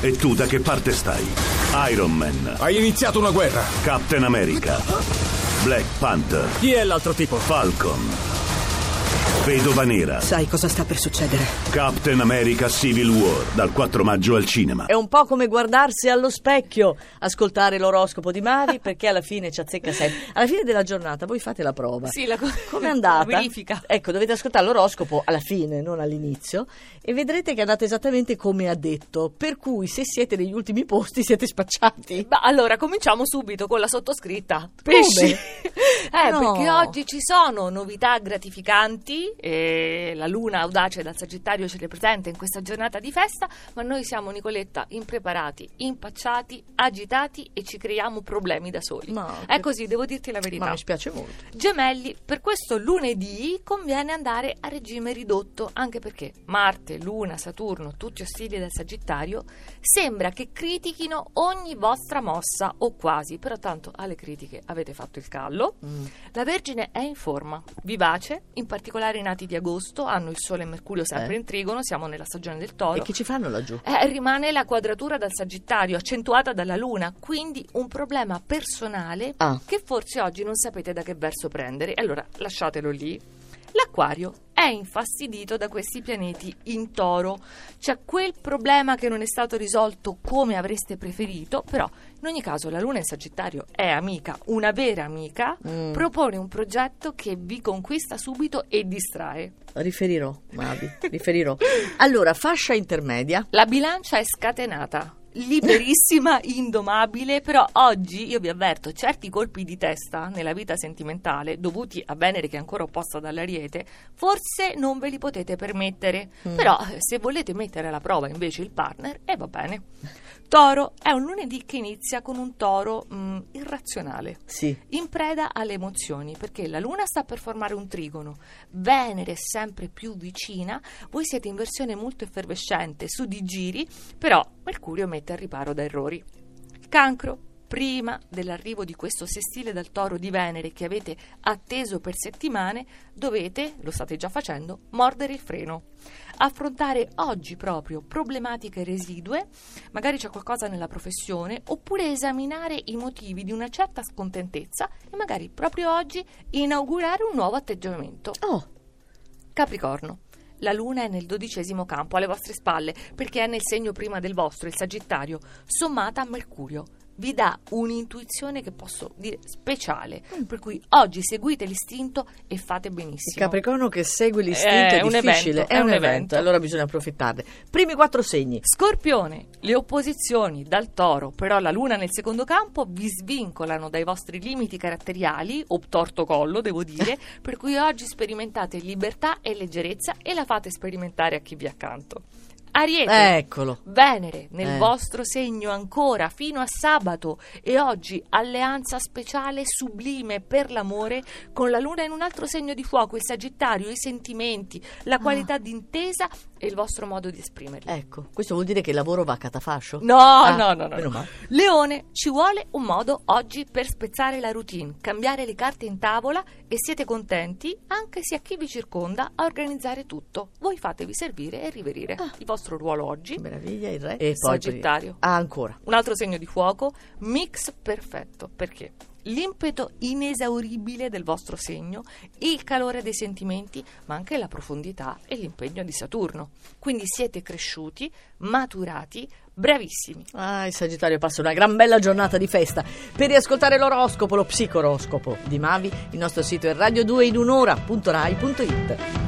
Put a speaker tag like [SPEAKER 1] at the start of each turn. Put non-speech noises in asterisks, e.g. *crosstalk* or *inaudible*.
[SPEAKER 1] E tu da che parte stai? Iron Man,
[SPEAKER 2] Hai iniziato una guerra.
[SPEAKER 1] Captain America, Black Panther,
[SPEAKER 3] Chi è l'altro tipo?
[SPEAKER 1] Falcon, Vedova Nera,
[SPEAKER 4] Sai cosa sta per succedere?
[SPEAKER 1] Captain America Civil War, dal 4 maggio al cinema.
[SPEAKER 5] È un po' come guardarsi allo specchio, ascoltare l'oroscopo di
[SPEAKER 6] *laughs*
[SPEAKER 5] Mari perché alla fine ci azzecca sempre. Alla fine della giornata voi fate la prova.
[SPEAKER 6] Sì, la co-
[SPEAKER 5] Come è andata?
[SPEAKER 6] la *laughs* verifica.
[SPEAKER 5] Ecco, dovete ascoltare l'oroscopo alla fine, non all'inizio, e vedrete che è andata esattamente come ha detto. Per cui se siete negli ultimi posti siete spacciati.
[SPEAKER 6] Eh,
[SPEAKER 5] *laughs*
[SPEAKER 6] Ma allora cominciamo subito con la sottoscritta. eh,
[SPEAKER 5] No.
[SPEAKER 6] perché oggi ci sono novità gratificanti. E la luna audace dal Sagittario ce le presenta in questa giornata di festa. Ma noi siamo, Nicoletta, impreparati, impacciati, agitati e ci creiamo problemi da soli.
[SPEAKER 5] Ma-
[SPEAKER 6] È così, devo dirti la verità.
[SPEAKER 5] Ma mi spiace molto.
[SPEAKER 6] Gemelli, per questo lunedì conviene andare a regime ridotto, anche perché Marte, Luna, Saturno, tutti ostili del Sagittario, sembra che critichino ogni vostra mossa o quasi, però tanto alle critiche avete fatto il callo.
[SPEAKER 5] Mm.
[SPEAKER 6] La Vergine è in forma, vivace, in particolare i nati di agosto hanno il Sole e Mercurio sempre
[SPEAKER 5] Eh.
[SPEAKER 6] in trigono, siamo nella stagione del Toro.
[SPEAKER 5] E che ci fanno laggiù?
[SPEAKER 6] Eh, rimane la quadratura dal Sagittario, accentuata dalla Luna, quindi un problema personale
[SPEAKER 5] Ah.
[SPEAKER 6] che forse oggi non sapete da che verso prendere. Allora lasciatelo lì. L'acquario è infastidito da questi pianeti in toro. C'è quel problema che non è stato risolto come avreste preferito, però in ogni caso la Luna in Sagittario è amica, una vera amica,
[SPEAKER 5] Mm.
[SPEAKER 6] propone un progetto che vi conquista subito e distrae.
[SPEAKER 5] Riferirò,
[SPEAKER 6] *laughs*
[SPEAKER 5] Mavi, riferirò. Allora, fascia intermedia.
[SPEAKER 6] La bilancia è scatenata, liberissima, indomabile, però oggi io vi avverto certi colpi di testa nella vita sentimentale, dovuti a Venere che è ancora opposta dall'Ariete, forse non ve li potete permettere, però eh, se volete mettere alla prova invece il partner, e va bene. Toro è un lunedì che inizia con un toro mm, irrazionale
[SPEAKER 5] Sì.
[SPEAKER 6] in preda alle emozioni, perché la Luna sta per formare un trigono, Venere è sempre più vicina, voi siete in versione molto effervescente, su di giri, però Mercurio mette al riparo da errori. Cancro, prima dell'arrivo di questo sestile dal toro di Venere che avete atteso per settimane, dovete, lo state già facendo, mordere il freno. Affrontare oggi proprio problematiche residue, magari c'è qualcosa nella professione, oppure esaminare i motivi di una certa scontentezza e magari proprio oggi inaugurare un nuovo atteggiamento.
[SPEAKER 5] Oh,
[SPEAKER 6] Capricorno. La luna è nel dodicesimo campo, alle vostre spalle, perché è nel segno prima del vostro, il Sagittario, sommata a Mercurio. Vi dà un'intuizione che posso dire speciale, per cui oggi seguite l'istinto e fate
[SPEAKER 5] il
[SPEAKER 6] benissimo.
[SPEAKER 5] Capricorno che segue l'istinto
[SPEAKER 6] È
[SPEAKER 5] è,
[SPEAKER 6] un
[SPEAKER 5] difficile,
[SPEAKER 6] evento,
[SPEAKER 5] è, un evento. allora bisogna approfittarne. Primi quattro segni.
[SPEAKER 6] Scorpione, le opposizioni dal toro, però la luna nel secondo campo vi svincolano dai vostri limiti caratteriali, o torto collo devo dire, per cui oggi sperimentate libertà e leggerezza e la fate sperimentare a chi vi è accanto. Ariete,
[SPEAKER 5] Eccolo.
[SPEAKER 6] Venere nel
[SPEAKER 5] Eh.
[SPEAKER 6] vostro segno ancora fino a sabato e oggi alleanza speciale sublime per l'amore con la luna in un altro segno di fuoco, il Sagittario, i sentimenti, la qualità d'intesa e il vostro modo di esprimerli.
[SPEAKER 5] Ecco, questo vuol dire che il lavoro va a catafascio?
[SPEAKER 6] No,
[SPEAKER 5] Ah,
[SPEAKER 6] no, no, no.
[SPEAKER 5] meno male.
[SPEAKER 6] Leone, ci vuole un modo oggi per spezzare la routine, cambiare le carte in tavola e siete contenti anche se a chi vi circonda a organizzare tutto. Voi fatevi servire e riverire il vostro ruolo oggi.
[SPEAKER 5] Meraviglia, il re.
[SPEAKER 6] Sagittario.
[SPEAKER 5] Ah, ancora.
[SPEAKER 6] Un altro segno di fuoco, mix perfetto, perché l'impeto inesauribile del vostro segno, il calore dei sentimenti, ma anche la profondità e l'impegno di Saturno. Quindi siete cresciuti, maturati, bravissimi.
[SPEAKER 5] Ah, il Sagittario passa una gran bella giornata di festa. Per riascoltare l'oroscopo, lo psicoroscopo di Mavi, il nostro sito è radio2inunora.rai.it.